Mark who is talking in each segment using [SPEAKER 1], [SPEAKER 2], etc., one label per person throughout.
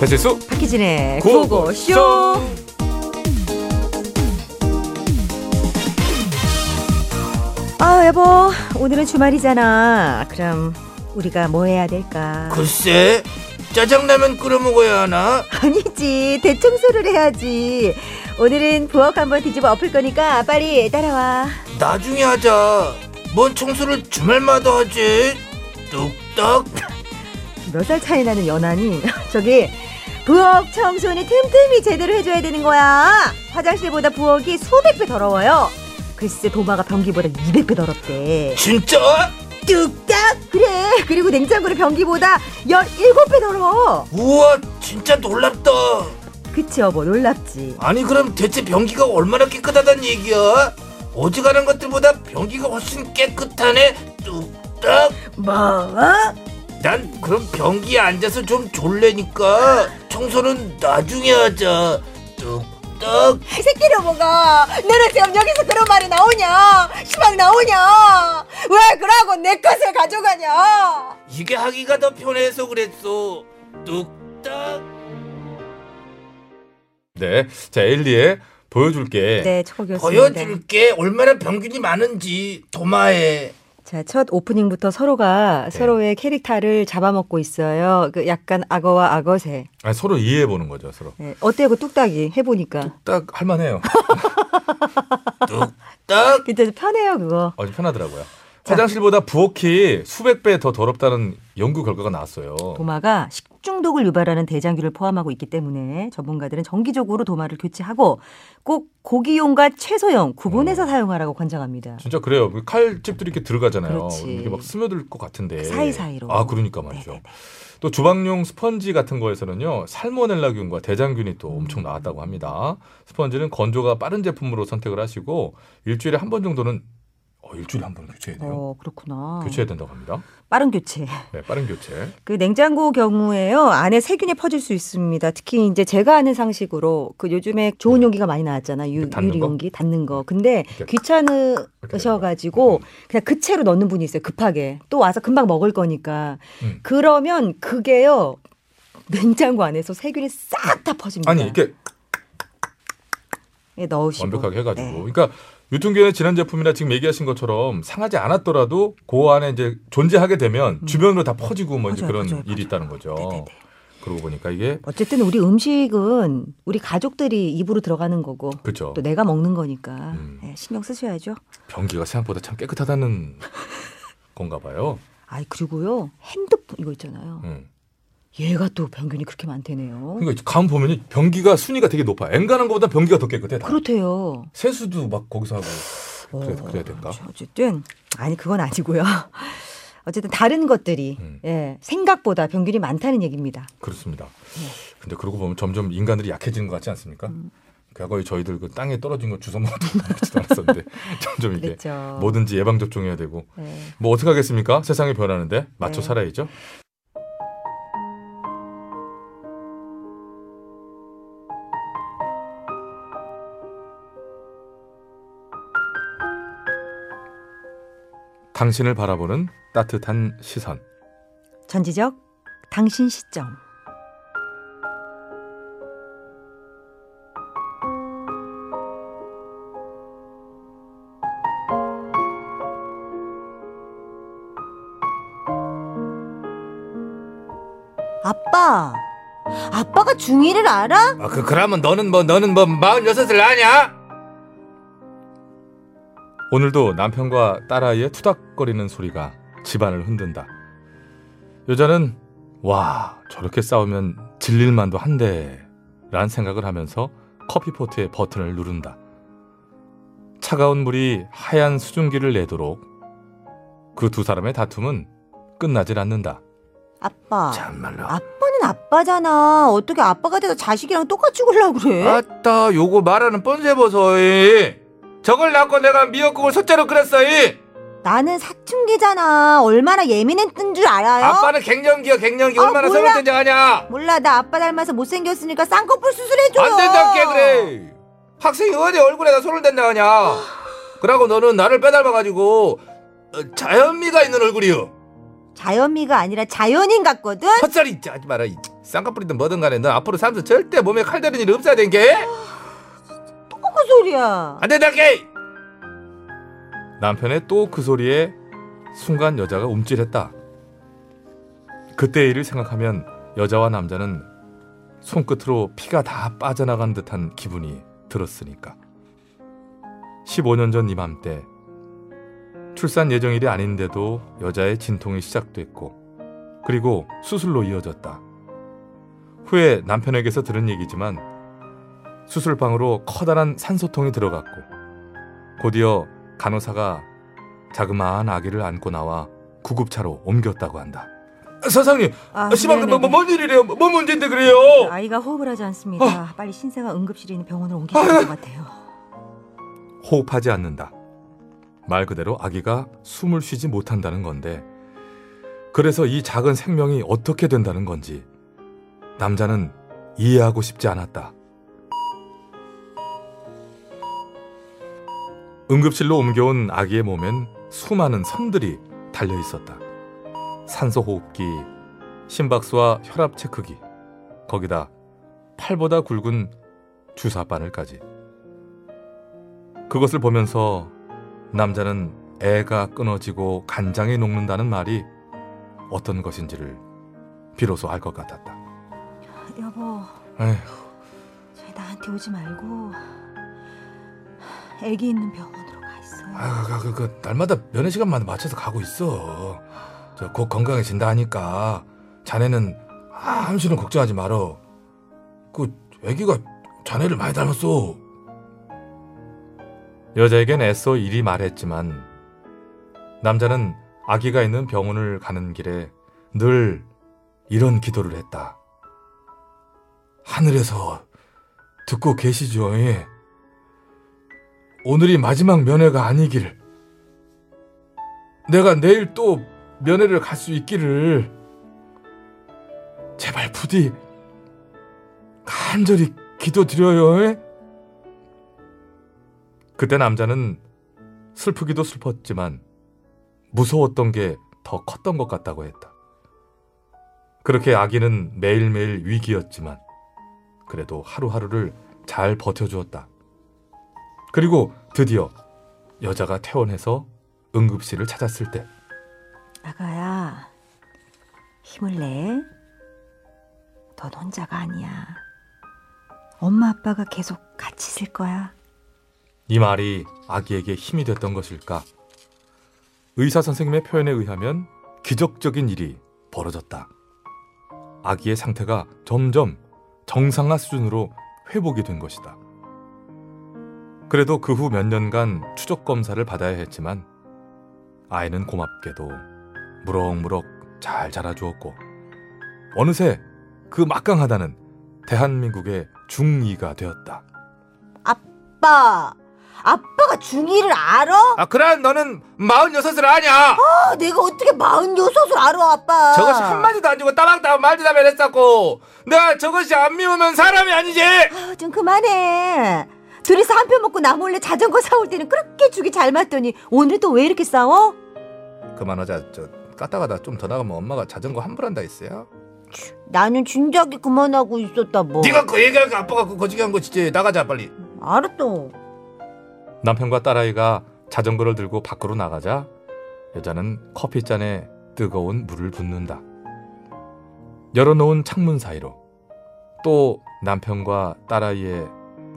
[SPEAKER 1] 배치수
[SPEAKER 2] 박희진의
[SPEAKER 1] 고고쇼.
[SPEAKER 2] 고고쇼. 아 여보 오늘은 그 주말이잖아. 그럼 우리가 뭐 해야 될까?
[SPEAKER 3] 글쎄 짜장라면 끓여 먹어야 하나?
[SPEAKER 2] 아니지 대청소를 해야지. 오늘은 부엌 한번 뒤집어 엎을 거니까 빨리 따라와.
[SPEAKER 3] 나중에 하자 뭔 청소를 주말마다 하지 뚝딱
[SPEAKER 2] 몇 살 차이 나는 연하니? 저기 부엌 청소는 틈틈이 제대로 해줘야 되는 거야. 화장실보다 부엌이 수백 배 더러워요. 글쎄 도마가 변기보다 200배 더럽대.
[SPEAKER 3] 진짜?
[SPEAKER 2] 뚝딱 그래 그리고 냉장고는 변기보다 17배 더러워
[SPEAKER 3] 우와 진짜 놀랍다
[SPEAKER 2] 그치 여보 놀랍지
[SPEAKER 3] 아니 그럼 대체 변기가 얼마나 깨끗하단 얘기야? 어지간한 것들보다 변기가 훨씬 깨끗하네 뚝딱
[SPEAKER 2] 뭐?
[SPEAKER 3] 난 그럼 변기에 앉아서 좀 졸래니까 청소는 나중에 하자 뚝딱
[SPEAKER 2] 새끼 로보가 너는 지금 여기서 그런 말이 나오냐 시방 나오냐 왜 그러고 내 것을 가져가냐
[SPEAKER 3] 이게 하기가 더 편해서 그랬어 뚝딱
[SPEAKER 1] 네, 자 엘리의 보여줄게.
[SPEAKER 2] 네 초곡이었습니다
[SPEAKER 3] 보여줄게 얼마나 병균이 많은지 도마에
[SPEAKER 2] 자첫 오프닝부터 서로가 서로의 캐릭터를 잡아먹고 있어요 그 약간 악어와 악어새
[SPEAKER 1] 아니, 서로 이해해 보는 거죠, 서로.
[SPEAKER 2] 네, 어때요 그 뚝딱이 해보니까
[SPEAKER 1] 딱 할만해요.
[SPEAKER 3] 뚝딱
[SPEAKER 2] 진짜 편해요 그거
[SPEAKER 1] 아주 편하더라고요.
[SPEAKER 2] 자.
[SPEAKER 1] 화장실보다 부엌이 수백 배 더 더럽다는 연구 결과가 나왔어요.
[SPEAKER 2] 도마가 식중독을 유발하는 대장균을 포함하고 있기 때문에 전문가들은 정기적으로 도마를 교체하고 꼭 고기용과 채소용 구분해서 사용하라고 권장합니다.
[SPEAKER 1] 진짜 그래요. 그 칼집들이 이렇게 들어가잖아요.
[SPEAKER 2] 그렇지. 그
[SPEAKER 1] 이렇게 막 스며들 것 같은데.
[SPEAKER 2] 사이사이로.
[SPEAKER 1] 아, 그러니까 말이죠.
[SPEAKER 2] 네네네.
[SPEAKER 1] 또 주방용 스펀지 같은 거에서는요. 살모넬라균과 대장균이 또 엄청 나왔다고 합니다. 스펀지는 건조가 빠른 제품으로 선택을 하시고 일주일에 한 번 정도는 어, 일주일에 한 번은 교체해야 돼요.
[SPEAKER 2] 어 그렇구나.
[SPEAKER 1] 교체해야 된다고 합니다.
[SPEAKER 2] 빠른 교체.
[SPEAKER 1] 네, 빠른 교체.
[SPEAKER 2] 그 냉장고 경우에요 안에 세균이 퍼질 수 있습니다. 특히 이제 제가 아는 상식으로 그 요즘에 좋은 용기가 많이 나왔잖아 유,
[SPEAKER 1] 네. 그 닫는
[SPEAKER 2] 유리
[SPEAKER 1] 거? 네.
[SPEAKER 2] 용기 닫는 거. 근데
[SPEAKER 1] 이렇게 음.
[SPEAKER 2] 귀찮으셔가지고 그냥 그 채로 넣는 분이 있어요 급하게 또 와서 금방 먹을 거니까
[SPEAKER 1] 음.
[SPEAKER 2] 그러면 그게요 냉장고 안에서 세균이 싹 다 퍼집니다.
[SPEAKER 1] 아니, 이렇게
[SPEAKER 2] 예, 넣으시고
[SPEAKER 1] 완벽하게 해가지고.
[SPEAKER 2] 네.
[SPEAKER 1] 그러니까 유통기한의 지난 제품이나 지금 얘기하신 것처럼 상하지 않았더라도 그 안에 이제 존재하게
[SPEAKER 2] 음.
[SPEAKER 1] 되면 주변으로 다 퍼지고 뭐 이제
[SPEAKER 2] 퍼져요,
[SPEAKER 1] 그런
[SPEAKER 2] 퍼져요,
[SPEAKER 1] 일이 있다는 거죠.
[SPEAKER 2] 네네네.
[SPEAKER 1] 그러고 보니까 이게
[SPEAKER 2] 어쨌든 우리 음식은 우리 가족들이 입으로 들어가는 거고
[SPEAKER 1] 그렇죠.
[SPEAKER 2] 또 네. 내가 먹는 거니까
[SPEAKER 1] 음.
[SPEAKER 2] 예, 신경 쓰셔야죠.
[SPEAKER 1] 변기가 생각보다 참 깨끗하다는 건가 봐요.
[SPEAKER 2] 아 그리고요 핸드폰 이거 있잖아요.
[SPEAKER 1] 음.
[SPEAKER 2] 얘가 또 변균이 그렇게 많대네요.
[SPEAKER 1] 그러니까 감 보면 변기가 순위가 되게 높아. 엔간한 것보다 변기가 더 깨끗해. 다.
[SPEAKER 2] 그렇대요.
[SPEAKER 1] 세수도 막 거기서 하고. 그래,
[SPEAKER 2] 어,
[SPEAKER 1] 그래야 될까?
[SPEAKER 2] 어쨌든 아니 그건 아니고요. 어쨌든 다른 것들이
[SPEAKER 1] 음.
[SPEAKER 2] 예, 생각보다 변균이 많다는 얘기입니다.
[SPEAKER 1] 그렇습니다.
[SPEAKER 2] 네.
[SPEAKER 1] 근데 그러고 보면 점점 인간들이 약해지는 것 같지 않습니까?
[SPEAKER 2] 음.
[SPEAKER 1] 과거에 저희들 그 땅에 떨어진 거 주워 먹어도 먹지도 않았었는데 점점 이게
[SPEAKER 2] 그렇죠.
[SPEAKER 1] 뭐든지 예방 접종해야 되고
[SPEAKER 2] 예.
[SPEAKER 1] 뭐 어떻게 하겠습니까? 세상이 변하는데 맞춰
[SPEAKER 2] 네.
[SPEAKER 1] 살아야죠. 당신을 바라보는 따뜻한 시선.
[SPEAKER 2] 전지적 당신 시점. 아빠. 아빠가 중1을 알아?
[SPEAKER 3] 아, 그 그러면 너는 뭐 너는 뭐 마흔여섯을 아냐?
[SPEAKER 1] 오늘도 남편과 딸아이의 투닥거리는 소리가 집안을 흔든다. 여자는 와 저렇게 싸우면 질릴만도 한데 라는 생각을 하면서 커피포트의 버튼을 누른다. 차가운 물이 하얀 수증기를 내도록 그 두 사람의 다툼은 끝나질 않는다.
[SPEAKER 2] 아빠.
[SPEAKER 3] 참말로.
[SPEAKER 2] 아빠는 아빠잖아. 어떻게 아빠가 돼서 자식이랑 똑같이 굴려고 그래?
[SPEAKER 3] 아따 요거 말하는 뻔세보소이 저걸 낳고 내가 미역국을 소째로 끓였어이
[SPEAKER 2] 나는 사춘기잖아. 얼마나 예민했던 줄 알아요?
[SPEAKER 3] 아빠는 갱년기야 갱년기
[SPEAKER 2] 아,
[SPEAKER 3] 얼마나
[SPEAKER 2] 몰라.
[SPEAKER 3] 썩었는지 아냐
[SPEAKER 2] 몰라, 나 아빠 닮아서 못생겼으니까 쌍꺼풀 수술해줘요.
[SPEAKER 3] 안 된다 깨 그래 학생이 어디 얼굴에다 손을 댄다 하냐 그러고 너는 나를 빼닮아가지고 어, 자연미가 있는 얼굴이요
[SPEAKER 2] 자연미가 아니라 자연인 같거든?
[SPEAKER 3] 헛소리 있지 하지 마라 이 쌍꺼풀이든 뭐든 간에 넌 앞으로 살면서 절대 몸에 칼 대는 일 없어야 된게
[SPEAKER 2] 그 소리야.
[SPEAKER 3] 안 된다 깨
[SPEAKER 1] 남편의 또 그 소리에 순간 여자가 움찔했다. 그때 일을 생각하면 여자와 남자는 손끝으로 피가 다 빠져나간 듯한 기분이 들었으니까. 15년 전 이맘때 출산 예정일이 아닌데도 여자의 진통이 시작됐고 그리고 수술로 이어졌다. 후에 남편에게서 들은 얘기지만 수술방으로 커다란 산소통이 들어갔고 곧이어 간호사가 자그마한 아기를 안고 나와 구급차로 옮겼다고 한다. 선생님,
[SPEAKER 2] 아,
[SPEAKER 1] 시방 그
[SPEAKER 2] 네네네.
[SPEAKER 1] 뭐뭔 일이래요? 뭔 문제인데 그래요?
[SPEAKER 2] 아이가 호흡을 하지 않습니다. 빨리 신생아 응급실에 있는 병원으로 옮기셔야 될 것 같아요.
[SPEAKER 1] 호흡하지 않는다. 말 그대로 아기가 숨을 쉬지 못한다는 건데 그래서 이 작은 생명이 어떻게 된다는 건지 남자는 이해하고 싶지 않았다. 응급실로 옮겨온 아기의 몸엔 수많은 선들이 달려 있었다. 산소 호흡기, 심박수와 혈압 체크기, 거기다 팔보다 굵은 주사 바늘까지. 그것을 보면서 남자는 애가 끊어지고 간장이 녹는다는 말이 어떤 것인지를 비로소 알 것 같았다.
[SPEAKER 2] 여보,
[SPEAKER 1] 에휴,
[SPEAKER 2] 저희 나한테 오지 말고 아기 있는 병원으로 가 있어요.
[SPEAKER 3] 아, 그, 그, 그, 날마다 면회 시간만 맞춰서 가고 있어. 저 곧 건강해진다 하니까 자네는 암시는 걱정하지 말어. 그 애기가 자네를 많이 닮았어.
[SPEAKER 1] 여자에겐 애써 일이 말했지만 남자는 아기가 있는 병원을 가는 길에 늘 이런 기도를 했다.
[SPEAKER 3] 하늘에서 듣고 계시죠? 예? 오늘이 마지막 면회가 아니길. 내가 내일 또 면회를 갈 수 있기를. 제발 부디 간절히 기도드려요. 예?
[SPEAKER 1] 그때 남자는 슬프기도 슬펐지만 무서웠던 게 더 컸던 것 같다고 했다. 그렇게 아기는 매일매일 위기였지만 그래도 하루하루를 잘 버텨주었다. 그리고 드디어 여자가 퇴원해서 응급실을 찾았을 때
[SPEAKER 2] 아가야, 힘을 내. 넌 혼자가 아니야. 엄마 아빠가 계속 같이 있을 거야.
[SPEAKER 1] 이 말이 아기에게 힘이 됐던 것일까? 의사 선생님의 표현에 의하면 기적적인 일이 벌어졌다. 아기의 상태가 점점 정상화 수준으로 회복이 된 것이다. 그래도 그 후 몇 년간 추적 검사를 받아야 했지만 아이는 고맙게도 무럭무럭 잘 자라주었고 어느새 그 막강하다는 대한민국의 중2가 되었다.
[SPEAKER 2] 아빠, 아빠가 중2를 알아?
[SPEAKER 3] 아, 그럼 너는 마흔여섯을 아냐?
[SPEAKER 2] 아, 내가 어떻게 마흔여섯을 알아, 아빠?
[SPEAKER 3] 저것이 한마디도 안 주고 따박따박 말도 다 변했었고 내가 저것이 안 미우면 사람이 아니지
[SPEAKER 2] 아우, 어, 좀 그만해. 둘이서 한 편 먹고 나 몰래 자전거 사올 때는 그렇게 죽이 잘 맞더니 오늘 또 왜 이렇게 싸워?
[SPEAKER 3] 그만하자 저 까딱하다 좀 더 나가면 엄마가 자전거 환불 한다 했어요
[SPEAKER 2] 나는 진작에 그만하고 있었다 뭐.
[SPEAKER 3] 네가 그 얘기할 거 아빠가 그 거지게 한 거지 나가자 빨리
[SPEAKER 2] 알았어.
[SPEAKER 1] 남편과 딸아이가 자전거를 들고 밖으로 나가자 여자는 커피잔에 뜨거운 물을 붓는다. 열어놓은 창문 사이로 또 남편과 딸아이의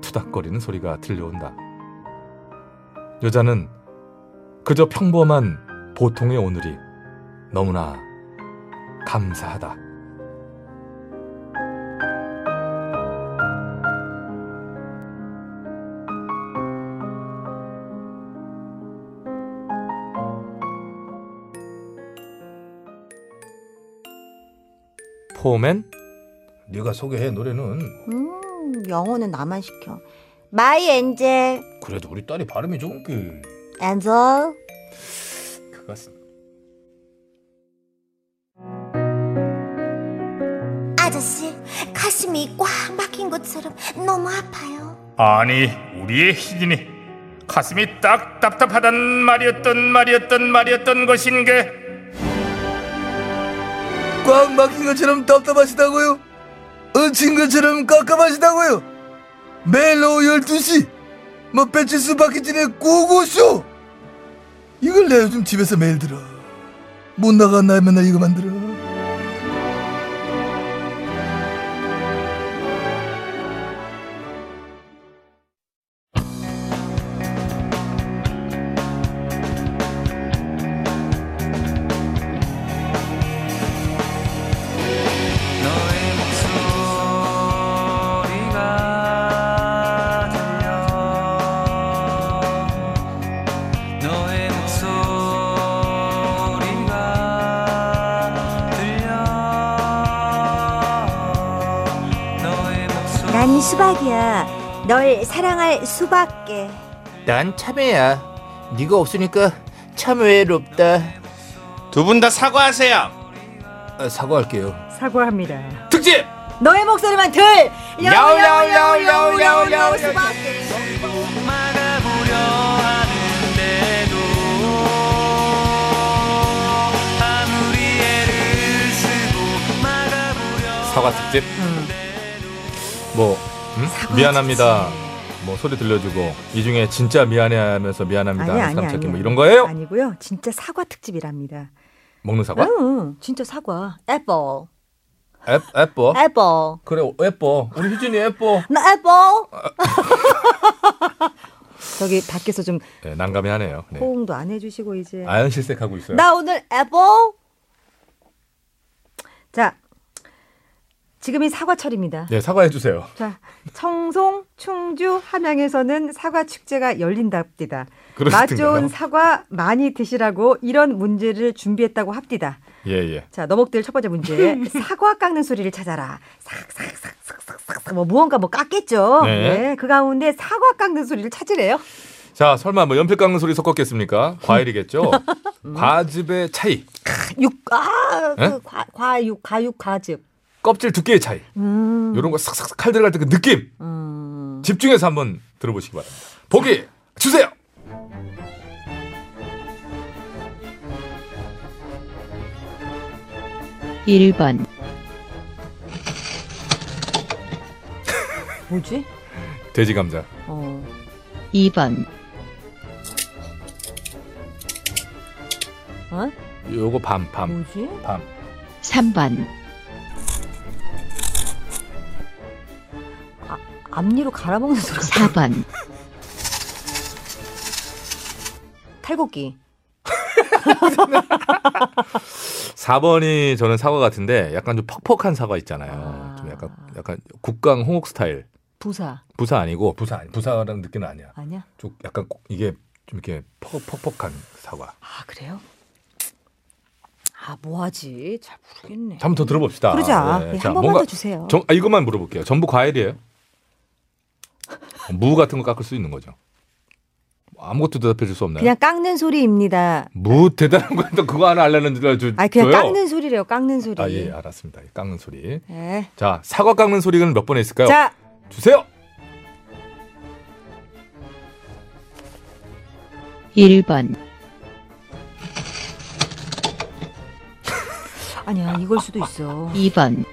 [SPEAKER 1] 투닥거리는 소리가 들려온다. 여자는 그저 평범한 보통의 오늘이 너무나 감사하다. 포맨
[SPEAKER 3] 네가 소개해 노래는
[SPEAKER 2] 음, 영어는 나만 시켜. 마이 엔젤,
[SPEAKER 3] 그래도 우리 딸이 발음이 좋은 게
[SPEAKER 2] 엔젤.
[SPEAKER 1] 그것은
[SPEAKER 4] 아저씨 가슴이 꽉 막힌 것처럼 너무 아파요.
[SPEAKER 5] 아니 우리의 희진이 가슴이 딱 답답하단 말이었던 말이었던 말이었던 것인 게
[SPEAKER 3] 꽉 막힌 것처럼 답답하시다고요? 얹힌 것처럼 깝깝하시다고요? 매일 오후 12시 뭐 배치수 박희진의 고고쇼 이걸 내가 요즘 집에서 매일 들어 못 나간 날 맨날 이거 만들어
[SPEAKER 2] 난 수박이야. 널 사랑할 수밖에.
[SPEAKER 6] 난 참외야. 네가 없으니까 참 외롭다.
[SPEAKER 7] 두 분 다 사과하세요.
[SPEAKER 3] 아, 사과할게요
[SPEAKER 2] 사과합니다.
[SPEAKER 7] 특집
[SPEAKER 2] 너의 목소리만 들. 야오야오야오야오야오 수박.
[SPEAKER 1] 사과 특집.
[SPEAKER 2] 음.
[SPEAKER 1] 뭐 음? 미안합니다. 뭐 소리 들려주고 이 중에 진짜 미안해하면서 미안합니다.
[SPEAKER 2] 아니
[SPEAKER 1] 하는
[SPEAKER 2] 아니
[SPEAKER 1] 사람 찾기
[SPEAKER 2] 아니.
[SPEAKER 1] 뭐 이런 거예요?
[SPEAKER 2] 아니고요. 진짜 사과 특집이랍니다.
[SPEAKER 1] 먹는 사과?
[SPEAKER 2] 응, 진짜 사과. 애플.
[SPEAKER 1] 어? 애, 예뻐.
[SPEAKER 2] 애플.
[SPEAKER 1] 그래 예뻐. 우리 희진이 예뻐.
[SPEAKER 2] 나 애플. 저기 밖에서 좀
[SPEAKER 1] 네, 난감해하네요. 네.
[SPEAKER 2] 호응도 안 해주시고 이제.
[SPEAKER 1] 아연 실색하고 있어요.
[SPEAKER 2] 네. 나 오늘 애플. 자, 지금이 사과철입니다.
[SPEAKER 1] 네 사과해 주세요.
[SPEAKER 2] 자, 청송, 충주, 함양에서는 사과 축제가 열린답디다. 맛 좋은
[SPEAKER 1] 그렇든가요?
[SPEAKER 2] 사과 많이 드시라고 이런 문제를 준비했다고 합디다.
[SPEAKER 1] 예예.
[SPEAKER 2] 자, 너목들 첫 번째 문제. 사과 깎는 소리를 찾아라. 싹싹싹싹싹싹. 뭐 무언가 뭐 깎겠죠.
[SPEAKER 1] 네.
[SPEAKER 2] 네, 그 가운데 사과 깎는 소리를 찾으래요.
[SPEAKER 1] 자 설마 뭐 연필 깎는 소리 섞었겠습니까? 과일이겠죠. 과즙의 차이,
[SPEAKER 2] 육, 아,
[SPEAKER 1] 네?
[SPEAKER 2] 그 과, 과육, 과육, 과즙.
[SPEAKER 1] 껍질 두께의 차이.
[SPEAKER 2] 음.
[SPEAKER 1] 이런 거 싹싹 칼 들어갈 때 그 느낌
[SPEAKER 2] 음.
[SPEAKER 1] 집중해서 한번 들어보시기 바랍니다. 보기 주세요.
[SPEAKER 2] 뭐지?
[SPEAKER 1] 돼지 감자.
[SPEAKER 2] 어.
[SPEAKER 8] 2번,
[SPEAKER 2] 어?
[SPEAKER 1] 요거 밤 밤.
[SPEAKER 2] 뭐지?
[SPEAKER 8] 3번,
[SPEAKER 2] 아, 앞니로 갈아먹는 소리.
[SPEAKER 8] 4번,
[SPEAKER 2] 탈곡기.
[SPEAKER 1] 4번이 저는 사과 같은데 약간 좀 퍽퍽한 사과 있잖아요.
[SPEAKER 2] 아.
[SPEAKER 1] 좀 약간 약간 국강 홍옥 스타일.
[SPEAKER 2] 부사.
[SPEAKER 1] 부사 아니고
[SPEAKER 3] 부사 아니 부사라는 느낌은 아니야
[SPEAKER 2] 아니야?
[SPEAKER 1] 좀 약간 꼭 이게 좀 이렇게 퍽- 퍽퍽한 사과.
[SPEAKER 2] 아, 그래요? 아, 뭐하지? 잘 모르겠네.
[SPEAKER 1] 한번 더 들어봅시다.
[SPEAKER 2] 그러자.
[SPEAKER 1] 예,
[SPEAKER 2] 예,
[SPEAKER 1] 자,
[SPEAKER 2] 한 번만
[SPEAKER 1] 뭔가
[SPEAKER 2] 더 주세요.
[SPEAKER 1] 정- 아, 이것만 물어볼게요. 전부 과일이에요? 무 같은 거 깎을 수 있는 거죠. 아무것도 대답해 줄 수 없나요?
[SPEAKER 2] 그냥 깎는 소리입니다.
[SPEAKER 1] 무 대단한 거 했다. 그거 하나 알려는 줄 알죠.
[SPEAKER 2] 아, 그냥 깎는 소리래요. 깎는 소리.
[SPEAKER 1] 아, 예, 알았습니다. 깎는 소리.
[SPEAKER 2] 예.
[SPEAKER 1] 자, 사과 깎는 소리는 몇 번에 있을까요?
[SPEAKER 2] 자,
[SPEAKER 1] 주세요.
[SPEAKER 8] 1번,
[SPEAKER 2] 아니야. 이걸 수도 있어.
[SPEAKER 8] 2번,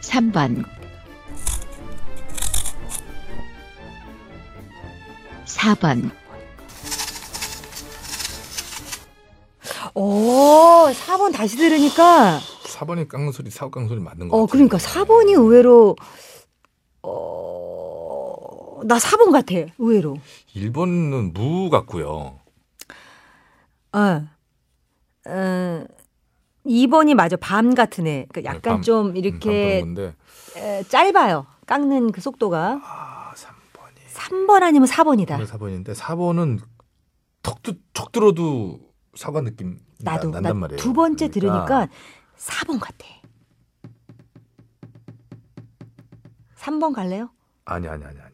[SPEAKER 8] 삼번 4번,
[SPEAKER 2] 오, 4번 어, 다시 들으니까
[SPEAKER 1] 4번이 깡소리, 4호 깡소리 맞는 거 같아요.
[SPEAKER 2] 어, 그러니까 4번이 의외로 어, 나 4번 같아. 의외로.
[SPEAKER 1] 1번은 무 같고요. 음,
[SPEAKER 2] 어. 어. 2번이 맞아. 밤 같은 애. 그러니까 약간
[SPEAKER 1] 밤, 음,
[SPEAKER 2] 좀
[SPEAKER 1] 이렇게
[SPEAKER 2] 이렇게
[SPEAKER 1] 건데
[SPEAKER 2] 에, 짧아요. 깎는 그 속도가.
[SPEAKER 1] 아, 3번이.
[SPEAKER 2] 3번 아니면 4번이다.
[SPEAKER 1] 4번인데 4번은 턱도 적 들어도 사과 느낌 나-
[SPEAKER 2] 나도
[SPEAKER 1] 난단
[SPEAKER 2] 나
[SPEAKER 1] 말이에요.
[SPEAKER 2] 두 번째
[SPEAKER 1] 그러니까
[SPEAKER 2] 들으니까 4번 같아. 3번 갈래요?
[SPEAKER 1] 아니 아니 아니 아니.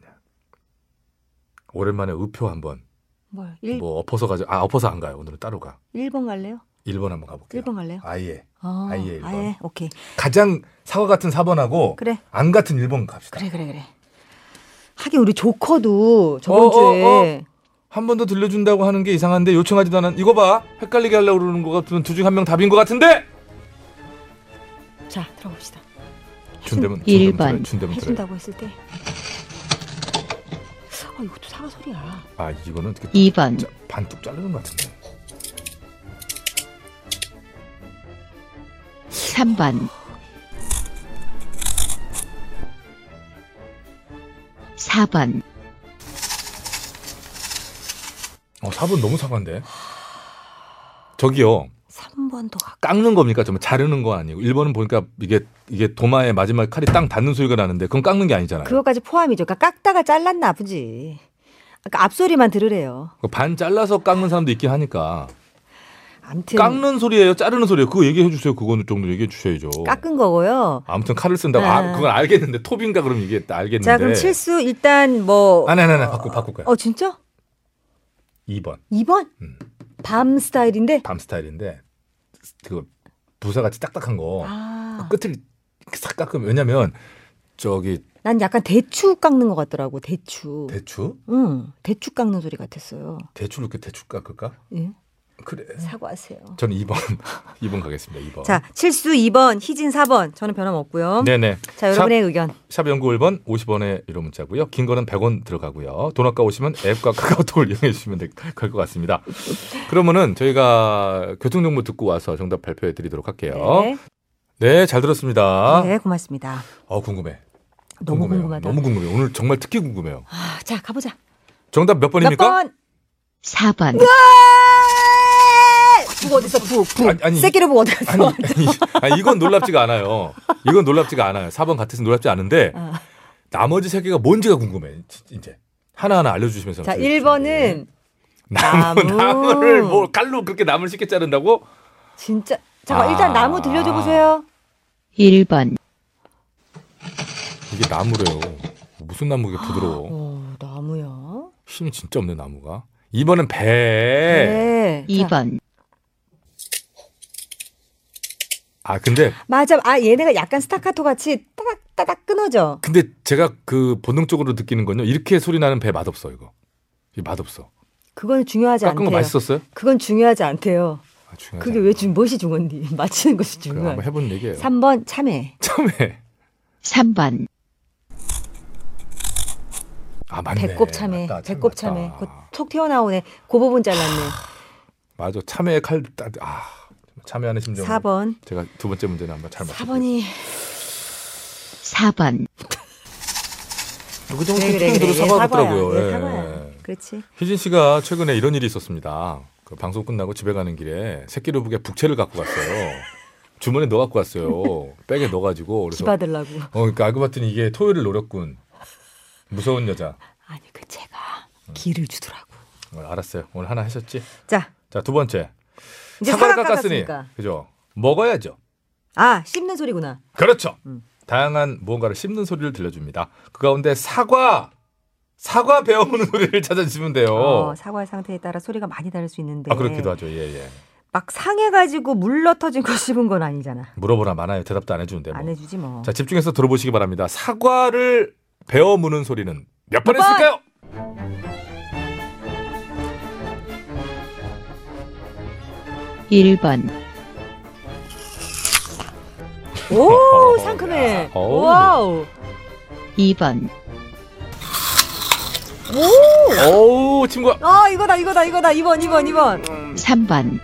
[SPEAKER 1] 오랜만에 의표 한번
[SPEAKER 2] 뭘? 1,
[SPEAKER 1] 뭐 엎어서 가자. 아, 엎어서 안 가요. 오늘은 따로 가.
[SPEAKER 2] 1번 갈래요?
[SPEAKER 1] 1번 한번 가볼게요.
[SPEAKER 2] 1번 갈래요?
[SPEAKER 1] 아예.
[SPEAKER 2] 아,
[SPEAKER 1] 아예 일번.
[SPEAKER 2] 아예 네. 오케이.
[SPEAKER 1] 가장 사과 같은 4번하고
[SPEAKER 2] 그래.
[SPEAKER 1] 안 같은 1번 갑시다.
[SPEAKER 2] 그래 그래 그래. 하긴 우리 조커도 저번
[SPEAKER 1] 어, 어,
[SPEAKER 2] 주에
[SPEAKER 1] 한 번 더 들려준다고 하는 게 이상한데 요청하지도 않은 이거 봐. 헷갈리게 하려고 그러는 거 같으면 두 중 한 명 답인 것 같은데.
[SPEAKER 2] 자 들어봅시다.
[SPEAKER 1] 준대면
[SPEAKER 8] 일
[SPEAKER 1] 준대면
[SPEAKER 8] 번.
[SPEAKER 1] 들어요, 준대면 들어요.
[SPEAKER 2] 해준다고 했을 때. 아 이것도 사과 소리야.
[SPEAKER 1] 아 이거는 어떻게
[SPEAKER 8] 2번,
[SPEAKER 1] 자, 반뚝 자르는 것 같은데.
[SPEAKER 8] 3번. 4번,
[SPEAKER 1] 어 4번 너무 사과인데. 저기요.
[SPEAKER 2] 3번 더 가.
[SPEAKER 1] 깎는 겁니까? 정말 자르는 거 아니고 1번은 보니까 이게 이게 도마의 마지막 칼이 땅 닿는 소리가 나는데 그건 깎는 게 아니잖아요.
[SPEAKER 2] 그거까지 포함이죠. 그러니까 깎다가 잘랐나 보지. 아까 앞소리만 들으래요.
[SPEAKER 1] 그반 잘라서 깎는 사람도 있긴 하니까
[SPEAKER 2] 아무튼
[SPEAKER 1] 깎는 소리예요, 자르는 소리예요. 그거 얘기해 주세요. 그거 정도 얘기해 주셔야죠.
[SPEAKER 2] 깎은 거고요.
[SPEAKER 1] 아무튼 칼을 쓴다고 아,
[SPEAKER 2] 네.
[SPEAKER 1] 그건 알겠는데 톱인가 그럼 이게 알겠는데.
[SPEAKER 2] 자 그럼 칠수 일단 뭐.
[SPEAKER 1] 아니 아니 아니 바꾸 바꿀까요?
[SPEAKER 2] 어 진짜?
[SPEAKER 1] 2번
[SPEAKER 2] 2번?
[SPEAKER 1] 음.
[SPEAKER 2] 밤 스타일인데.
[SPEAKER 1] 밤 스타일인데 그 부사같이 딱딱한 거
[SPEAKER 2] 아.
[SPEAKER 1] 끝을 싹 깎으면 왜냐면 저기
[SPEAKER 2] 난 약간 대추 깎는 것 같더라고. 대추.
[SPEAKER 1] 대추
[SPEAKER 2] 응, 대추 깎는 소리 같았어요.
[SPEAKER 1] 대추를 이렇게 대추 깎을까?
[SPEAKER 2] 예?
[SPEAKER 1] 그래.
[SPEAKER 2] 사과하세요.
[SPEAKER 1] 저는 2번 2번 가겠습니다. 2번.
[SPEAKER 2] 자, 칠수 2번, 희진 4번. 저는 변함없고요.
[SPEAKER 1] 네네.
[SPEAKER 2] 자, 여러분의 의견.
[SPEAKER 1] 샵 연구 1번 50원의 유료 문자고요. 긴 거는 100원 들어가고요. 돈 아까 오시면 앱과 카카오톡을 이용해 주시면 될 것 같습니다. 그러면은 저희가 교통정보 듣고 와서 정답 발표해 드리도록 할게요.
[SPEAKER 2] 네.
[SPEAKER 1] 네, 잘 들었습니다.
[SPEAKER 2] 네, 고맙습니다.
[SPEAKER 1] 어, 궁금해. 아.
[SPEAKER 2] 너무
[SPEAKER 1] 궁금해요.
[SPEAKER 2] 궁금하다.
[SPEAKER 1] 너무 궁금해요. 오늘 정말 특히 궁금해요.
[SPEAKER 2] 아, 자, 가보자.
[SPEAKER 1] 정답 몇
[SPEAKER 2] 몇
[SPEAKER 1] 번입니까?
[SPEAKER 2] 번?
[SPEAKER 8] 4번,
[SPEAKER 2] 북 어디서 북, 북.
[SPEAKER 1] 아니, 아니,
[SPEAKER 2] 새끼를 북 어디
[SPEAKER 1] 아니,
[SPEAKER 2] 갔어?
[SPEAKER 1] 아니, 아니, 이건 놀랍지가 않아요. 이건 놀랍지가 않아요. 4번 같아서 놀랍지 않은데
[SPEAKER 2] 아.
[SPEAKER 1] 나머지 세 개가 뭔지가 궁금해. 지- 이제 하나하나 알려주시면서.
[SPEAKER 2] 자,
[SPEAKER 1] 저희-
[SPEAKER 2] 1번은
[SPEAKER 1] 나무,
[SPEAKER 2] 나무.
[SPEAKER 1] 나무를 뭐 칼로 그렇게 나무를 쉽게 자른다고?
[SPEAKER 2] 진짜. 잠깐,
[SPEAKER 1] 아.
[SPEAKER 2] 일단 나무 들려줘 보세요.
[SPEAKER 8] 1번,
[SPEAKER 1] 이게 나무래요. 무슨 나무 이게 부드러워.
[SPEAKER 2] 오, 나무요.
[SPEAKER 1] 힘이 진짜 없네 나무가. 이번엔 배.
[SPEAKER 2] 네. 자,
[SPEAKER 8] 2번,
[SPEAKER 1] 아 근데
[SPEAKER 2] 맞아. 아, 얘네가 약간 스타카토 같이 따닥, 따닥 끊어져.
[SPEAKER 1] 근데 제가 그 본능적으로 느끼는 건요. 이렇게 소리 나는 배 맛없어 이거. 이 맛없어.
[SPEAKER 2] 그건 중요하지
[SPEAKER 1] 깎은
[SPEAKER 2] 않대요.
[SPEAKER 1] 거 맛있었어요?
[SPEAKER 2] 그건 중요하지 않대요.
[SPEAKER 1] 아, 중요하지
[SPEAKER 2] 그게
[SPEAKER 1] 않아요.
[SPEAKER 2] 왜 중, 무엇이 중요한디? 맞히는 것이
[SPEAKER 1] 그래,
[SPEAKER 2] 중요해.
[SPEAKER 1] 한번 해본 얘기예요.
[SPEAKER 2] 3번 참외.
[SPEAKER 1] 참외.
[SPEAKER 8] 3번,
[SPEAKER 1] 아 맞네.
[SPEAKER 2] 배꼽 참외,
[SPEAKER 1] 맞다,
[SPEAKER 2] 배꼽
[SPEAKER 1] 참
[SPEAKER 2] 참외.
[SPEAKER 1] 맞다.
[SPEAKER 2] 그속 튀어나오네. 그 부분 잘랐네.
[SPEAKER 1] 맞아. 참외 칼. 따- 아 참외하는 심정.
[SPEAKER 2] 4번.
[SPEAKER 1] 제가 두 번째 문제는 한번 잘 맞춰.
[SPEAKER 2] 4번이
[SPEAKER 8] 4번,
[SPEAKER 1] 누구 정도
[SPEAKER 2] 그래, 그래,
[SPEAKER 1] 정도로
[SPEAKER 2] 그래.
[SPEAKER 1] 사과 같더라고요.
[SPEAKER 2] 사과야. 예,
[SPEAKER 1] 예.
[SPEAKER 2] 사과야. 그렇지.
[SPEAKER 1] 희진 씨가 최근에 이런 일이 있었습니다. 그 방송 끝나고 집에 가는 길에 새끼로북에 북채를 갖고 갔어요. 주머니에 넣어 갖고 갔어요. 백에 넣어가지고.
[SPEAKER 2] 기
[SPEAKER 1] 그래서
[SPEAKER 2] 받으려고.
[SPEAKER 1] 어, 그러니까 알고 봤더니 이게 토요일을 노렸군. 무서운 여자.
[SPEAKER 2] 아니 그 제가
[SPEAKER 1] 음.
[SPEAKER 2] 기를 주더라고.
[SPEAKER 1] 어, 알았어요. 오늘 하나 하셨지?
[SPEAKER 2] 자
[SPEAKER 1] 자, 두 번째.
[SPEAKER 2] 이제
[SPEAKER 1] 사과를
[SPEAKER 2] 사과
[SPEAKER 1] 깎았으니.
[SPEAKER 2] 깎았으니까.
[SPEAKER 1] 그죠? 먹어야죠.
[SPEAKER 2] 아 씹는 소리구나.
[SPEAKER 1] 그렇죠.
[SPEAKER 2] 음.
[SPEAKER 1] 다양한 무언가를 씹는 소리를 들려줍니다. 그 가운데 사과! 사과 배워오는 소리를 찾아주시면 돼요.
[SPEAKER 2] 어, 사과의 상태에 따라 소리가 많이 다를 수 있는데.
[SPEAKER 1] 아, 그렇기도 하죠. 예, 예.
[SPEAKER 2] 막 상해가지고 물러터진 거 씹은 건 아니잖아.
[SPEAKER 1] 물어보라 많아요. 대답도 안 해주는데. 네, 뭐.
[SPEAKER 2] 안 해주지 뭐.
[SPEAKER 1] 자, 집중해서 들어보시기 바랍니다. 사과를 베어 무는 소리는 몇 번
[SPEAKER 2] 몇 번?
[SPEAKER 1] 했을까요?
[SPEAKER 8] 일번
[SPEAKER 2] 오
[SPEAKER 1] 어, 야,
[SPEAKER 2] 상큼해.
[SPEAKER 1] 어우.
[SPEAKER 2] 와우.
[SPEAKER 8] 2번,
[SPEAKER 1] 오, 친구야.
[SPEAKER 2] 아 이거다 이거다 이거다 2번 2번 2번.
[SPEAKER 8] 3번,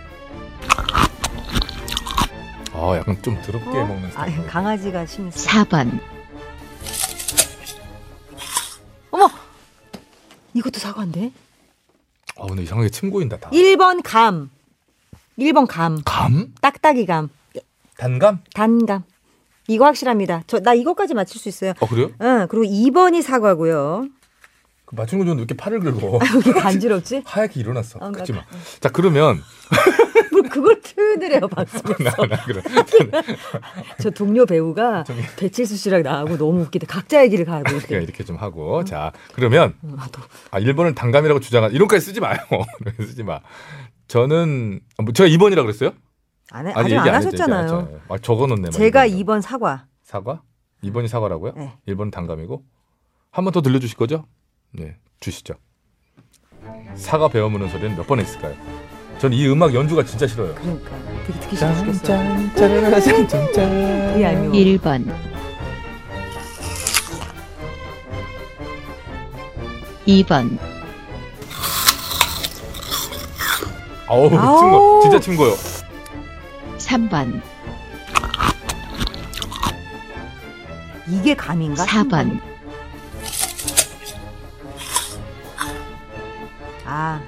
[SPEAKER 1] 아, 약간 좀 더럽게
[SPEAKER 2] 어?
[SPEAKER 1] 먹는
[SPEAKER 2] 아,
[SPEAKER 1] 스타일.
[SPEAKER 2] 강아지가 심했어.
[SPEAKER 8] 4번,
[SPEAKER 2] 어머! 이것도 사과인데?
[SPEAKER 1] 아, 근데 이상하게 침고인다 다.
[SPEAKER 2] 1번 감. 1번 감.
[SPEAKER 1] 감?
[SPEAKER 2] 딱딱이 감.
[SPEAKER 1] 단감?
[SPEAKER 2] 단감. 이거 확실합니다. 저 나 이거까지 맞출 수 있어요.
[SPEAKER 1] 어 그래요?
[SPEAKER 2] 응, 그리고 2번이 사과고요.
[SPEAKER 1] 그 맞춘 거 좋은데 왜 이렇게 팔을 긁어?
[SPEAKER 2] 이게 간지럽지?
[SPEAKER 1] 하얗게 일어났어.
[SPEAKER 2] 어,
[SPEAKER 1] 긁지 마. 자 그러면
[SPEAKER 2] 뭘뭐 그걸 트느래요, 방송.
[SPEAKER 1] 나, 나 그래.
[SPEAKER 2] 저 동료 배우가 배칠수 씨랑 나하고 너무 웃기다. 각자의 길을 가고
[SPEAKER 1] 그냥
[SPEAKER 2] 이렇게.
[SPEAKER 1] 그러니까 이렇게 좀 하고 자 그러면
[SPEAKER 2] 응, 아, 또.
[SPEAKER 1] 아 일본을 단감이라고 주장한 이런까지 쓰지 마요. 이런 거 쓰지 마. 저는 아, 뭐, 제가 2번이라 그랬어요?
[SPEAKER 2] 안, 해-
[SPEAKER 1] 아니
[SPEAKER 2] 네, 아직
[SPEAKER 1] 얘기 안 했죠,
[SPEAKER 2] 안
[SPEAKER 1] 얘기 안
[SPEAKER 2] 하셨잖아요.
[SPEAKER 1] 했잖아요. 아 적어놓네. 막
[SPEAKER 2] 제가
[SPEAKER 1] 일본이라고.
[SPEAKER 2] 2번 사과.
[SPEAKER 1] 사과? 2번이 사과라고요?
[SPEAKER 2] 네.
[SPEAKER 1] 1번은 단감이고 한 번 더 들려주실 거죠? 네, 주시죠. 사과 배워 무는 소리는 몇 번 했을까요? 전 이 음악 연주가 진짜 싫어요.
[SPEAKER 2] 그러니까 되게 듣기 싫어 죽겠어.
[SPEAKER 6] 짠짠짠짠짠
[SPEAKER 2] 이 아니오.
[SPEAKER 8] 1번, 2번,
[SPEAKER 1] 아우
[SPEAKER 2] 아우.
[SPEAKER 1] 친구, 진짜 친구요.
[SPEAKER 8] 3번,
[SPEAKER 2] 이게 감인가?
[SPEAKER 8] 4번,
[SPEAKER 2] 아,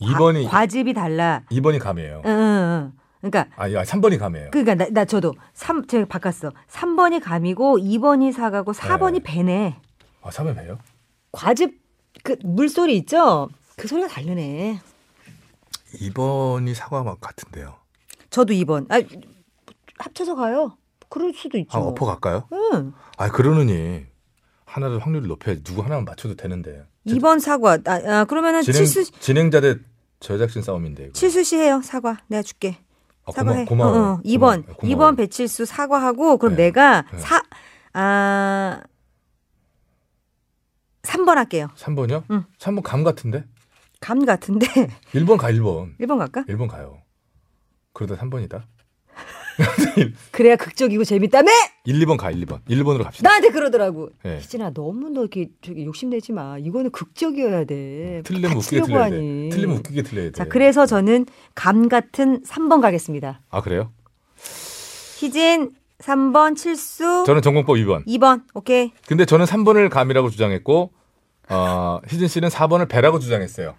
[SPEAKER 1] 2번이
[SPEAKER 2] 과, 즙이 달라.
[SPEAKER 1] 2번이 감이에요.
[SPEAKER 2] 응, 응, 응. 그러니까
[SPEAKER 1] 아니, 3번이 감이에요.
[SPEAKER 2] 그러니까 나, 나 저도 3 제가 바꿨어. 3번이 감이고 2번이 사과고 4번이 배네.
[SPEAKER 1] 아, 3번 배요?
[SPEAKER 2] 과즙 그 물소리 있죠? 그 소리가 다르네.
[SPEAKER 1] 2번이 사과 맛 같은데요.
[SPEAKER 2] 저도 2번. 아 합쳐서 가요. 그럴 수도 있죠.
[SPEAKER 1] 한 아, 엎어 뭐. 갈까요?
[SPEAKER 2] 응.
[SPEAKER 1] 아, 그러느니 하나를 확률을 높여야지 누구 하나만 맞춰도 되는데.
[SPEAKER 2] 2번 사과. 아, 아 그러면은
[SPEAKER 1] 진행
[SPEAKER 2] 칠수
[SPEAKER 1] 진행자 대 제작진 싸움인데 이거.
[SPEAKER 2] 칠수 씨 해요. 사과. 내가 줄게.
[SPEAKER 1] 아,
[SPEAKER 2] 사과해.
[SPEAKER 1] 고마, 고마워요.
[SPEAKER 2] 어, 어. 2번.
[SPEAKER 1] 고마워요.
[SPEAKER 2] 이 2번 배칠수 사과하고 그럼
[SPEAKER 1] 네.
[SPEAKER 2] 내가
[SPEAKER 1] 네.
[SPEAKER 2] 사 아. 3번 할게요.
[SPEAKER 1] 3번이요?
[SPEAKER 2] 응.
[SPEAKER 1] 3번 감 같은데?
[SPEAKER 2] 감 같은데
[SPEAKER 1] 1번 가 1번.
[SPEAKER 2] 1번 갈까?
[SPEAKER 1] 1번 가요. 그러다 3번이다.
[SPEAKER 2] 그래야 극적이고 재밌다며
[SPEAKER 1] 1, 2번 가 1, 2번. 1, 2번으로 갑시다.
[SPEAKER 2] 나한테 그러더라고.
[SPEAKER 1] 예.
[SPEAKER 2] 희진아 너무 너 이렇게 저기 욕심내지 마. 이거는 극적이어야 돼.
[SPEAKER 1] 네,
[SPEAKER 2] 뭐
[SPEAKER 1] 틀리면 웃기게
[SPEAKER 2] 다치려고
[SPEAKER 1] 틀려야 돼.
[SPEAKER 2] 하니.
[SPEAKER 1] 틀리면 웃기게 틀려야 돼.
[SPEAKER 2] 자 그래서 저는 감 같은 3번 가겠습니다.
[SPEAKER 1] 아, 그래요?
[SPEAKER 2] 희진 3번 칠수
[SPEAKER 1] 저는 전공법 2번.
[SPEAKER 2] 2번 오케이.
[SPEAKER 1] 근데 저는 3번을 감이라고 주장했고 어, 희진 씨는 4번을 배라고 주장했어요.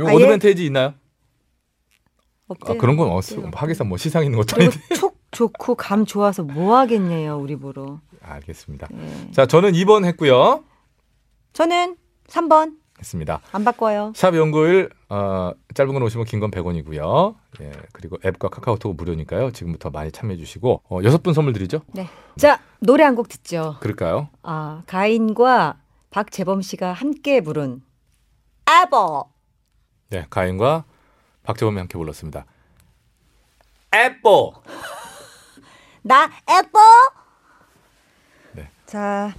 [SPEAKER 1] 요
[SPEAKER 2] 아,
[SPEAKER 1] 어드밴테이지 있나요?
[SPEAKER 2] 없대. 네.
[SPEAKER 1] 아, 그런 건 없어. 하기사 뭐 시상 있는 것도 아닌데.
[SPEAKER 2] 촉 좋고 감 좋아서 뭐 하겠네요 네. 우리 보러.
[SPEAKER 1] 알겠습니다. 자, 저는 2번 했고요.
[SPEAKER 2] 저는 3번
[SPEAKER 1] 했습니다.
[SPEAKER 2] 안 바꿔요.
[SPEAKER 1] 샵 연구일 어, 짧은 건 50원, 긴 건 100원이고요. 예, 그리고 앱과 카카오톡은 무료니까요. 지금부터 많이 참여해 주시고 어, 여섯 분 선물 드리죠?
[SPEAKER 2] 네. 자 노래 한 곡 듣죠.
[SPEAKER 1] 그럴까요?
[SPEAKER 2] 아 가인과 박재범 씨가 함께 부른 아버.
[SPEAKER 1] 네, 가인과 박재범이 함께 불렀습니다. 애뽀.
[SPEAKER 2] 나 예뻐.
[SPEAKER 1] 네.
[SPEAKER 2] 자,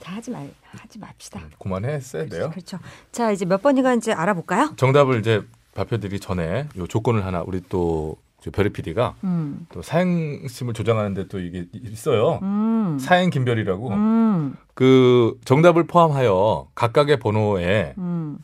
[SPEAKER 2] 자 하지 말 하지 맙시다.
[SPEAKER 1] 음, 그만했어야 돼요.
[SPEAKER 2] 그렇죠. 자 이제 몇 번이가 이제 알아볼까요?
[SPEAKER 1] 정답을 이제 발표드리기 전에 요 조건을 하나 우리 또 별의 PD가
[SPEAKER 2] 음.
[SPEAKER 1] 또 사행심을 조장하는데 또 이게 있어요.
[SPEAKER 2] 음.
[SPEAKER 1] 사행 김별이라고
[SPEAKER 2] 음.
[SPEAKER 1] 그 정답을 포함하여 각각의 번호에
[SPEAKER 2] 음.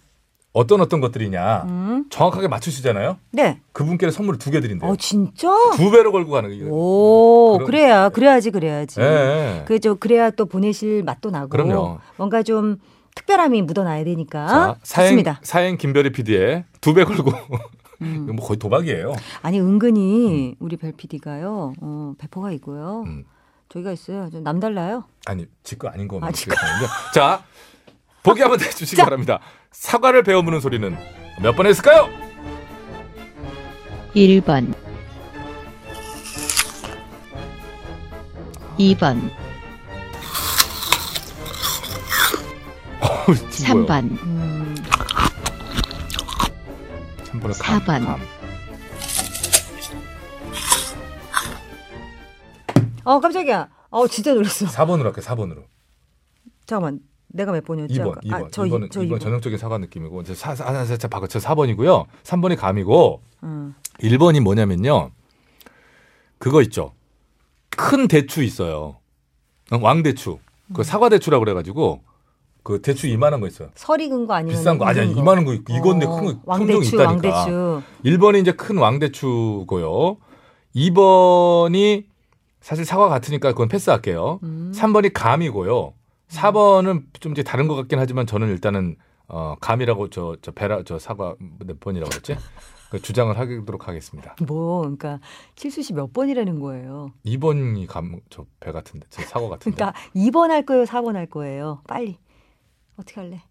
[SPEAKER 1] 어떤 어떤 것들이냐
[SPEAKER 2] 음.
[SPEAKER 1] 정확하게 맞추시잖아요.
[SPEAKER 2] 네.
[SPEAKER 1] 그분께 선물을 두 개 드린대요.
[SPEAKER 2] 어 진짜?
[SPEAKER 1] 두 배로 걸고 가는 거예요.
[SPEAKER 2] 오,
[SPEAKER 1] 네. 그, 그럼-
[SPEAKER 2] 그래야 그래야지 그래야지.
[SPEAKER 1] 예, 예.
[SPEAKER 2] 그저 그래야 또 보내실 맛도 나고.
[SPEAKER 1] 그럼요.
[SPEAKER 2] 뭔가 좀 특별함이 묻어나야 되니까.
[SPEAKER 1] 자, 사행
[SPEAKER 2] 그, 아, 좋습니다.
[SPEAKER 1] 사행 김별이 PD의 두 배 걸고
[SPEAKER 2] 음.
[SPEAKER 1] 이거 뭐 거의 도박이에요.
[SPEAKER 2] 아니 은근히 우리 별 PD가요. 어, 배포가 있고요.
[SPEAKER 1] 음.
[SPEAKER 2] 저희가 있어요. 좀 남달라요.
[SPEAKER 1] 아니, 지거 아닌 거
[SPEAKER 2] 아,
[SPEAKER 1] 만
[SPEAKER 2] 지금.
[SPEAKER 1] 자, 보기 한번 해주시기 바랍니다. 사과를 배워 무는 소리는 몇 번 했을까요?
[SPEAKER 8] 1번, 2번,
[SPEAKER 1] 어우, 친구예요.
[SPEAKER 8] 3번,
[SPEAKER 2] 음.
[SPEAKER 1] 삼 번은 감,
[SPEAKER 8] 4번.
[SPEAKER 1] 감.
[SPEAKER 2] 어 깜짝이야. 어 진짜 놀랐어.
[SPEAKER 1] 4번으로 할게요. 4번으로.
[SPEAKER 2] 잠깐만. 내가 몇 번이었지?
[SPEAKER 1] 2번,
[SPEAKER 2] 아까?
[SPEAKER 1] 2번.
[SPEAKER 2] 아, 저
[SPEAKER 1] 2번은
[SPEAKER 2] 저
[SPEAKER 1] 2번
[SPEAKER 2] 2번.
[SPEAKER 1] 전형적인 사과 느낌이고 이제 사, 사, 사, 사, 사, 바꿔. 저 4번이고요. 3번이 감이고
[SPEAKER 2] 음.
[SPEAKER 1] 1번이 뭐냐면요. 그거 있죠. 큰 대추 있어요. 왕대추. 그 사과대추라고 그래가지고 그 대추 이만한 거 있어요.
[SPEAKER 9] 설 익은 거 아니면
[SPEAKER 1] 비싼 거 아니야.
[SPEAKER 9] 익은
[SPEAKER 1] 이만한 거 있고 이건데
[SPEAKER 9] 어,
[SPEAKER 1] 큰거 품종이
[SPEAKER 9] 왕대추,
[SPEAKER 1] 있다니까.
[SPEAKER 9] 왕대추.
[SPEAKER 1] 1번이 이제 큰 왕대추고요. 2번이 사실 사과 같으니까 그건 패스할게요.
[SPEAKER 9] 음.
[SPEAKER 1] 3번이 감이고요. 4번은 좀 이제 다른 것 같긴 하지만 저는 일단은 어, 감이라고 저, 저 배라 저 사과 몇 번이라고 그랬지? 그 주장을 하도록 하겠습니다.
[SPEAKER 2] 뭐, 그러니까 칠수 씨 몇 번이라는 거예요.
[SPEAKER 1] 2번이 감 저 배 같은데 저 사과 같은데.
[SPEAKER 2] 그러니까 2번 할 거예요, 4번 할 거예요. 빨리. 어떻게 할래?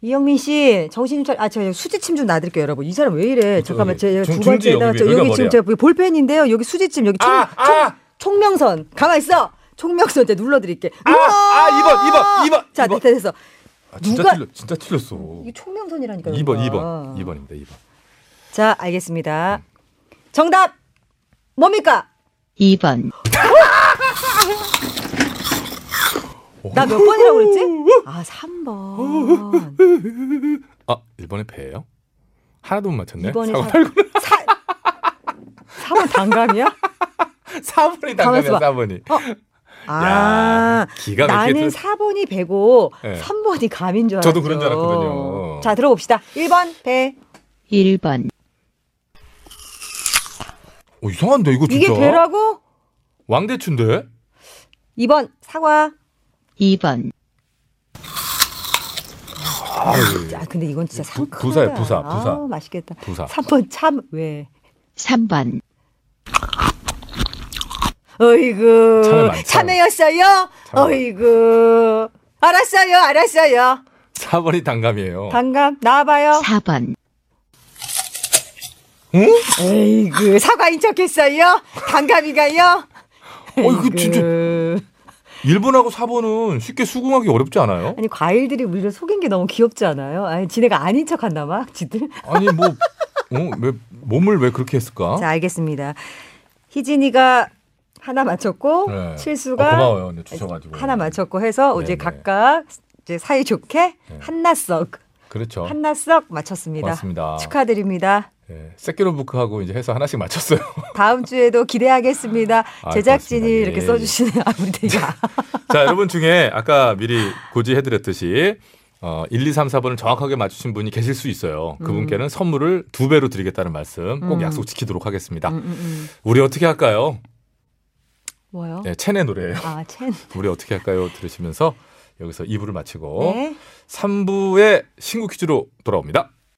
[SPEAKER 2] 이영민 씨, 정신 좀 차려. 아, 저 수지침 좀 놔드릴게요, 여러분. 이 사람 왜 이래?
[SPEAKER 1] 저기,
[SPEAKER 2] 잠깐만, 제가
[SPEAKER 1] 중-
[SPEAKER 2] 두
[SPEAKER 1] 중지
[SPEAKER 2] 번째에다가
[SPEAKER 1] 여기
[SPEAKER 2] 저-
[SPEAKER 1] 위가
[SPEAKER 2] 여기 지금
[SPEAKER 1] 머리야.
[SPEAKER 2] 제가 볼펜인데요. 여기 수지침, 여기 총,
[SPEAKER 1] 아, 아!
[SPEAKER 2] 총, 명선 가만 있어. 총명선 제가 눌러드릴게.
[SPEAKER 1] 아, 아, 2번, 2번, 2번.
[SPEAKER 2] 자, 됐다, 됐어.
[SPEAKER 1] 아, 진짜
[SPEAKER 2] 누가- 어.
[SPEAKER 1] 틀렸 진짜 틀렸어.
[SPEAKER 2] 이게 총명선이라니까요.
[SPEAKER 1] 2번,
[SPEAKER 2] 뭔가.
[SPEAKER 1] 2번. 2번입니다. 2번.
[SPEAKER 2] 자, 알겠습니다. 정답 뭡니까?
[SPEAKER 8] 2번,
[SPEAKER 1] 어?
[SPEAKER 2] 나 몇 번이라고 그랬지? 아, 3번.
[SPEAKER 1] 아, 1번에 배예요? 하나도 못 맞췄네.
[SPEAKER 2] 2번에
[SPEAKER 1] 사과
[SPEAKER 2] 4번 당감이야?
[SPEAKER 1] 4번이 당연해요,
[SPEAKER 2] 가만있어 봐.
[SPEAKER 1] 4번이.
[SPEAKER 2] 아.
[SPEAKER 1] 기가 막히게
[SPEAKER 2] 나는
[SPEAKER 1] 틀렸-
[SPEAKER 2] 4번이 배고
[SPEAKER 1] 네.
[SPEAKER 2] 3번이 감인 줄 알았죠.
[SPEAKER 1] 저도 그런 줄 알았거든요.
[SPEAKER 2] 자, 들어봅시다. 1번 배.
[SPEAKER 8] 1번,
[SPEAKER 1] 어, 이상한데 이거 진짜.
[SPEAKER 2] 이게 배라고?
[SPEAKER 1] 왕대추인데?
[SPEAKER 2] 2번 사과.
[SPEAKER 8] 2번,
[SPEAKER 1] 아,
[SPEAKER 2] 야, 근데 이건 진짜
[SPEAKER 1] 부-
[SPEAKER 2] 상큼.
[SPEAKER 1] 부사야, 부사, 부사.
[SPEAKER 2] 아우, 맛있겠다.
[SPEAKER 1] 부사.
[SPEAKER 2] 3번 참 왜?
[SPEAKER 8] 3번,
[SPEAKER 2] 어이구.
[SPEAKER 1] 참외 많죠.
[SPEAKER 2] 참외였어요?
[SPEAKER 1] 참외 많-
[SPEAKER 2] 어이구. 알았어요. 알았어요.
[SPEAKER 1] 4번이 당감이에요.
[SPEAKER 2] 당감 나와 봐요.
[SPEAKER 8] 4번,
[SPEAKER 2] 에이그 사과인 척했어요. 당감이가요.
[SPEAKER 1] 어,
[SPEAKER 2] 그
[SPEAKER 1] 이거 진짜 1번하고 4번은 쉽게 수긍하기 어렵지 않아요?
[SPEAKER 2] 아니 과일들이 우리를 속인 게 너무 귀엽지 않아요? 아니 지네가 아닌 척 한다 막 지들.
[SPEAKER 1] 아니 뭐 어, 왜 몸을 왜 그렇게 했을까?
[SPEAKER 2] 자 알겠습니다. 희진이가 하나 맞췄고
[SPEAKER 1] 네.
[SPEAKER 2] 칠수가
[SPEAKER 1] 어, 고마워요. 근데 주셔가지고.
[SPEAKER 2] 하나 맞췄고 해서
[SPEAKER 1] 네,
[SPEAKER 2] 이제
[SPEAKER 1] 네.
[SPEAKER 2] 각각 이제 사이 좋게 한나석
[SPEAKER 1] 그렇죠.
[SPEAKER 2] 한나석 맞췄습니다.
[SPEAKER 1] 맞습니다.
[SPEAKER 2] 축하드립니다.
[SPEAKER 1] 예, 세키로부크하고 이제 해서 하나씩 맞췄어요.
[SPEAKER 2] 다음 주에도 기대하겠습니다.
[SPEAKER 1] 아,
[SPEAKER 2] 제작진이
[SPEAKER 1] 고맙습니다.
[SPEAKER 2] 이렇게
[SPEAKER 1] 예,
[SPEAKER 2] 써주시는 아무리 대가.
[SPEAKER 1] 자, 여러분 중에 아까 미리 고지해드렸듯이 어, 1, 2, 3, 4번을 정확하게 맞추신 분이 계실 수 있어요. 그분께는 선물을 두 배로 드리겠다는 말씀 꼭
[SPEAKER 2] 음.
[SPEAKER 1] 약속 지키도록 하겠습니다.
[SPEAKER 2] 음, 음.
[SPEAKER 1] 우리 어떻게 할까요?
[SPEAKER 2] 뭐요?
[SPEAKER 1] 네, 체내 노래예요.
[SPEAKER 2] 아 첸.
[SPEAKER 1] 우리 어떻게 할까요? 들으시면서 여기서 2부를 마치고
[SPEAKER 2] 네.
[SPEAKER 1] 3부의 신곡 퀴즈로 돌아옵니다.